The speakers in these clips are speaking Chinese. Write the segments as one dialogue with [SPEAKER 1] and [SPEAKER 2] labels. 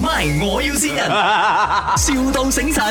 [SPEAKER 1] MY，我要先人，, 笑到醒神。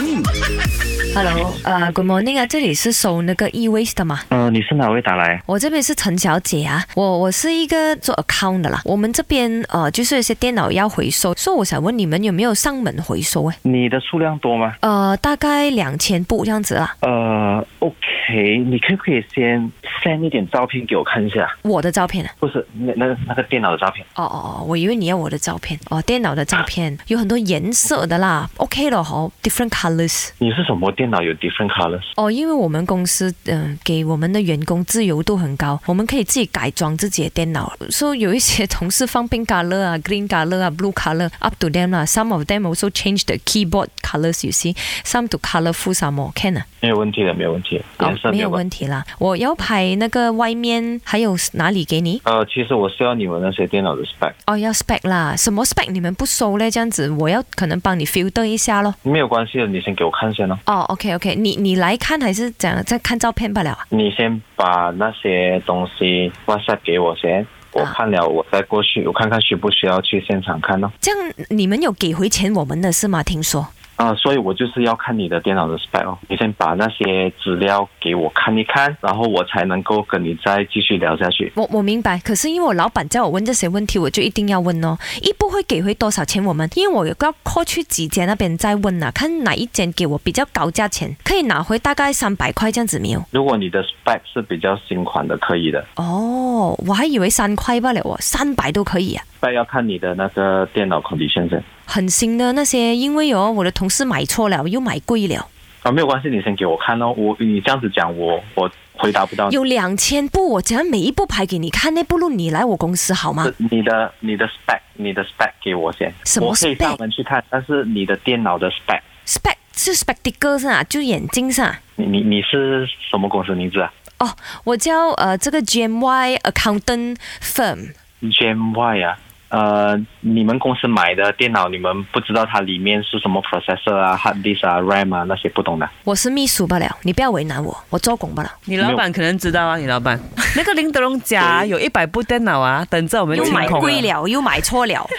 [SPEAKER 2] Hello，呃、g o o d morning 啊，这里是收那个 e waste 的嘛。
[SPEAKER 3] 呃，你是哪位打来？
[SPEAKER 2] 我这边是陈小姐啊，我我是一个做 account 的啦。我们这边呃，就是有些电脑要回收，所以我想问你们有没有上门回收哎？
[SPEAKER 3] 你的数量多吗？
[SPEAKER 2] 呃，大概两千部这样子啊。
[SPEAKER 3] 呃，OK，你可不可以先 send 一点照片给我看一下？
[SPEAKER 2] 我的照片啊，
[SPEAKER 3] 不是，那那那个电脑的照片。
[SPEAKER 2] 哦哦哦，我以为你要我的照片哦，电脑的照片有很多颜色的啦，OK 了好 d i f f e r e n t colors。
[SPEAKER 3] 你是什么电脑有 different colors？
[SPEAKER 2] 哦，因为我们公司嗯、给我们的员工自由度很高，我们可以自己改装自己的电脑。所、以有一些同事放 pink color 啊、green color 啊、blue color up to them 啦。Some of them also change the keyboard colors. You see, some to colorful some more. Can 啊？
[SPEAKER 3] 没有问题的，没有问题的，
[SPEAKER 2] 哦
[SPEAKER 3] 颜色
[SPEAKER 2] 没
[SPEAKER 3] 没
[SPEAKER 2] 有
[SPEAKER 3] 有啊问题。
[SPEAKER 2] 问题啦。我要拍那个外面还有哪里给你？
[SPEAKER 3] 呃，其实我是要你们那些电脑的 spec，
[SPEAKER 2] 哦，要 spec 啦，什么 spec 你们不收嘞？这样子，我要可能帮你 filter 一下咯。
[SPEAKER 3] 没有关系的，你先给我看先哦。
[SPEAKER 2] 哦，OK OK，你你来看还是怎样？再看照片罢了啊？
[SPEAKER 3] 你先把那些东西 WhatsApp 给我先，我
[SPEAKER 2] 啊
[SPEAKER 3] 看了我再过去，我看看需不需要去现场看哦。
[SPEAKER 2] 这样你们有给回钱我们的是吗？听说。
[SPEAKER 3] 啊、所以我就是要看你的电脑的 spec 哦，你先把那些资料给我看一看，然后我才能够跟你再继续聊下去。
[SPEAKER 2] 我我明白，可是因为我老板叫我问这些问题，我就一定要问哦。一步会给回多少钱我们？因为我有个要 call 去几间那边再问啊，看哪一间给我比较高价钱，可以拿回大概三百块这样子没有？
[SPEAKER 3] 如果你的 spec 是比较新款的，可以的。
[SPEAKER 2] 哦，我还以为三块罢了哦，三百都可以啊。
[SPEAKER 3] spec 要看你的那个电脑 condition 先
[SPEAKER 2] 很新的那些，因为哦，我的同事买错了，又买贵了，
[SPEAKER 3] 啊，没有关系，你先给我看哦。我你这样子讲，我我回答不到你。
[SPEAKER 2] 有两千部，我讲每一部排给你看，那不如你来我公司好吗
[SPEAKER 3] 是？你的你的 spec，你的 spec 给我先，
[SPEAKER 2] 啊什么
[SPEAKER 3] 我可以
[SPEAKER 2] spec？
[SPEAKER 3] 上门去看，但是你的电脑的 spec，
[SPEAKER 2] spec 是 spectacles 啊，就眼睛上、啊。
[SPEAKER 3] 你你你是什么公司名字啊
[SPEAKER 2] 哦，我叫呃这个 GMY Accountant Firm。
[SPEAKER 3] ？GMY 啊。呃，你们公司买的电脑，你们不知道它里面是什么 processor 啊、hard disk 啊、RAM 啊那些不懂的。
[SPEAKER 2] 我是秘书罢了，你不要为难我，我做工罢了。
[SPEAKER 4] 你老板可能知道啊，你老板 那个林德龙家有一百部电脑啊，等着我们
[SPEAKER 2] 又
[SPEAKER 4] 清
[SPEAKER 2] 买
[SPEAKER 4] 空
[SPEAKER 2] 贵了，又买错了。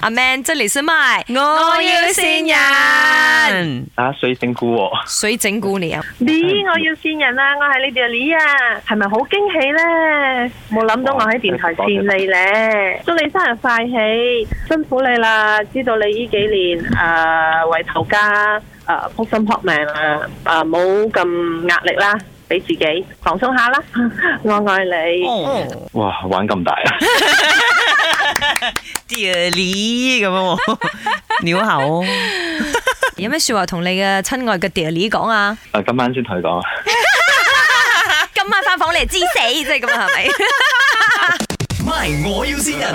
[SPEAKER 2] 阿 Man，这里是麦，
[SPEAKER 4] 我要哦新。人，
[SPEAKER 3] 啊，谁辛苦我？
[SPEAKER 2] 谁整蛊你 啊？
[SPEAKER 5] 咦，我要線人啊！我係你哋嘅李啊，係咪好驚喜咧？冇諗到我喺電台線你咧，祝你生日快喜，辛苦你啦！知道你呢幾年誒、呃、為頭家啊誒撲心撲命啦，誒啊冇咁壓力啦，俾自己放鬆下啦， 我愛
[SPEAKER 2] 嗯
[SPEAKER 5] 你。
[SPEAKER 4] 哦，
[SPEAKER 3] 哇，玩咁大啊！
[SPEAKER 4] 爹梨咁样喎， 你好哦，
[SPEAKER 2] 有咩说话同你嘅亲爱嘅爹哋讲啊？
[SPEAKER 3] 啊，今晚先同你講。
[SPEAKER 2] 今晚翻房你係知死，即系咁啊，系咪？
[SPEAKER 1] MY，我要先人，,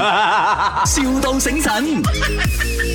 [SPEAKER 1] 笑到醒神。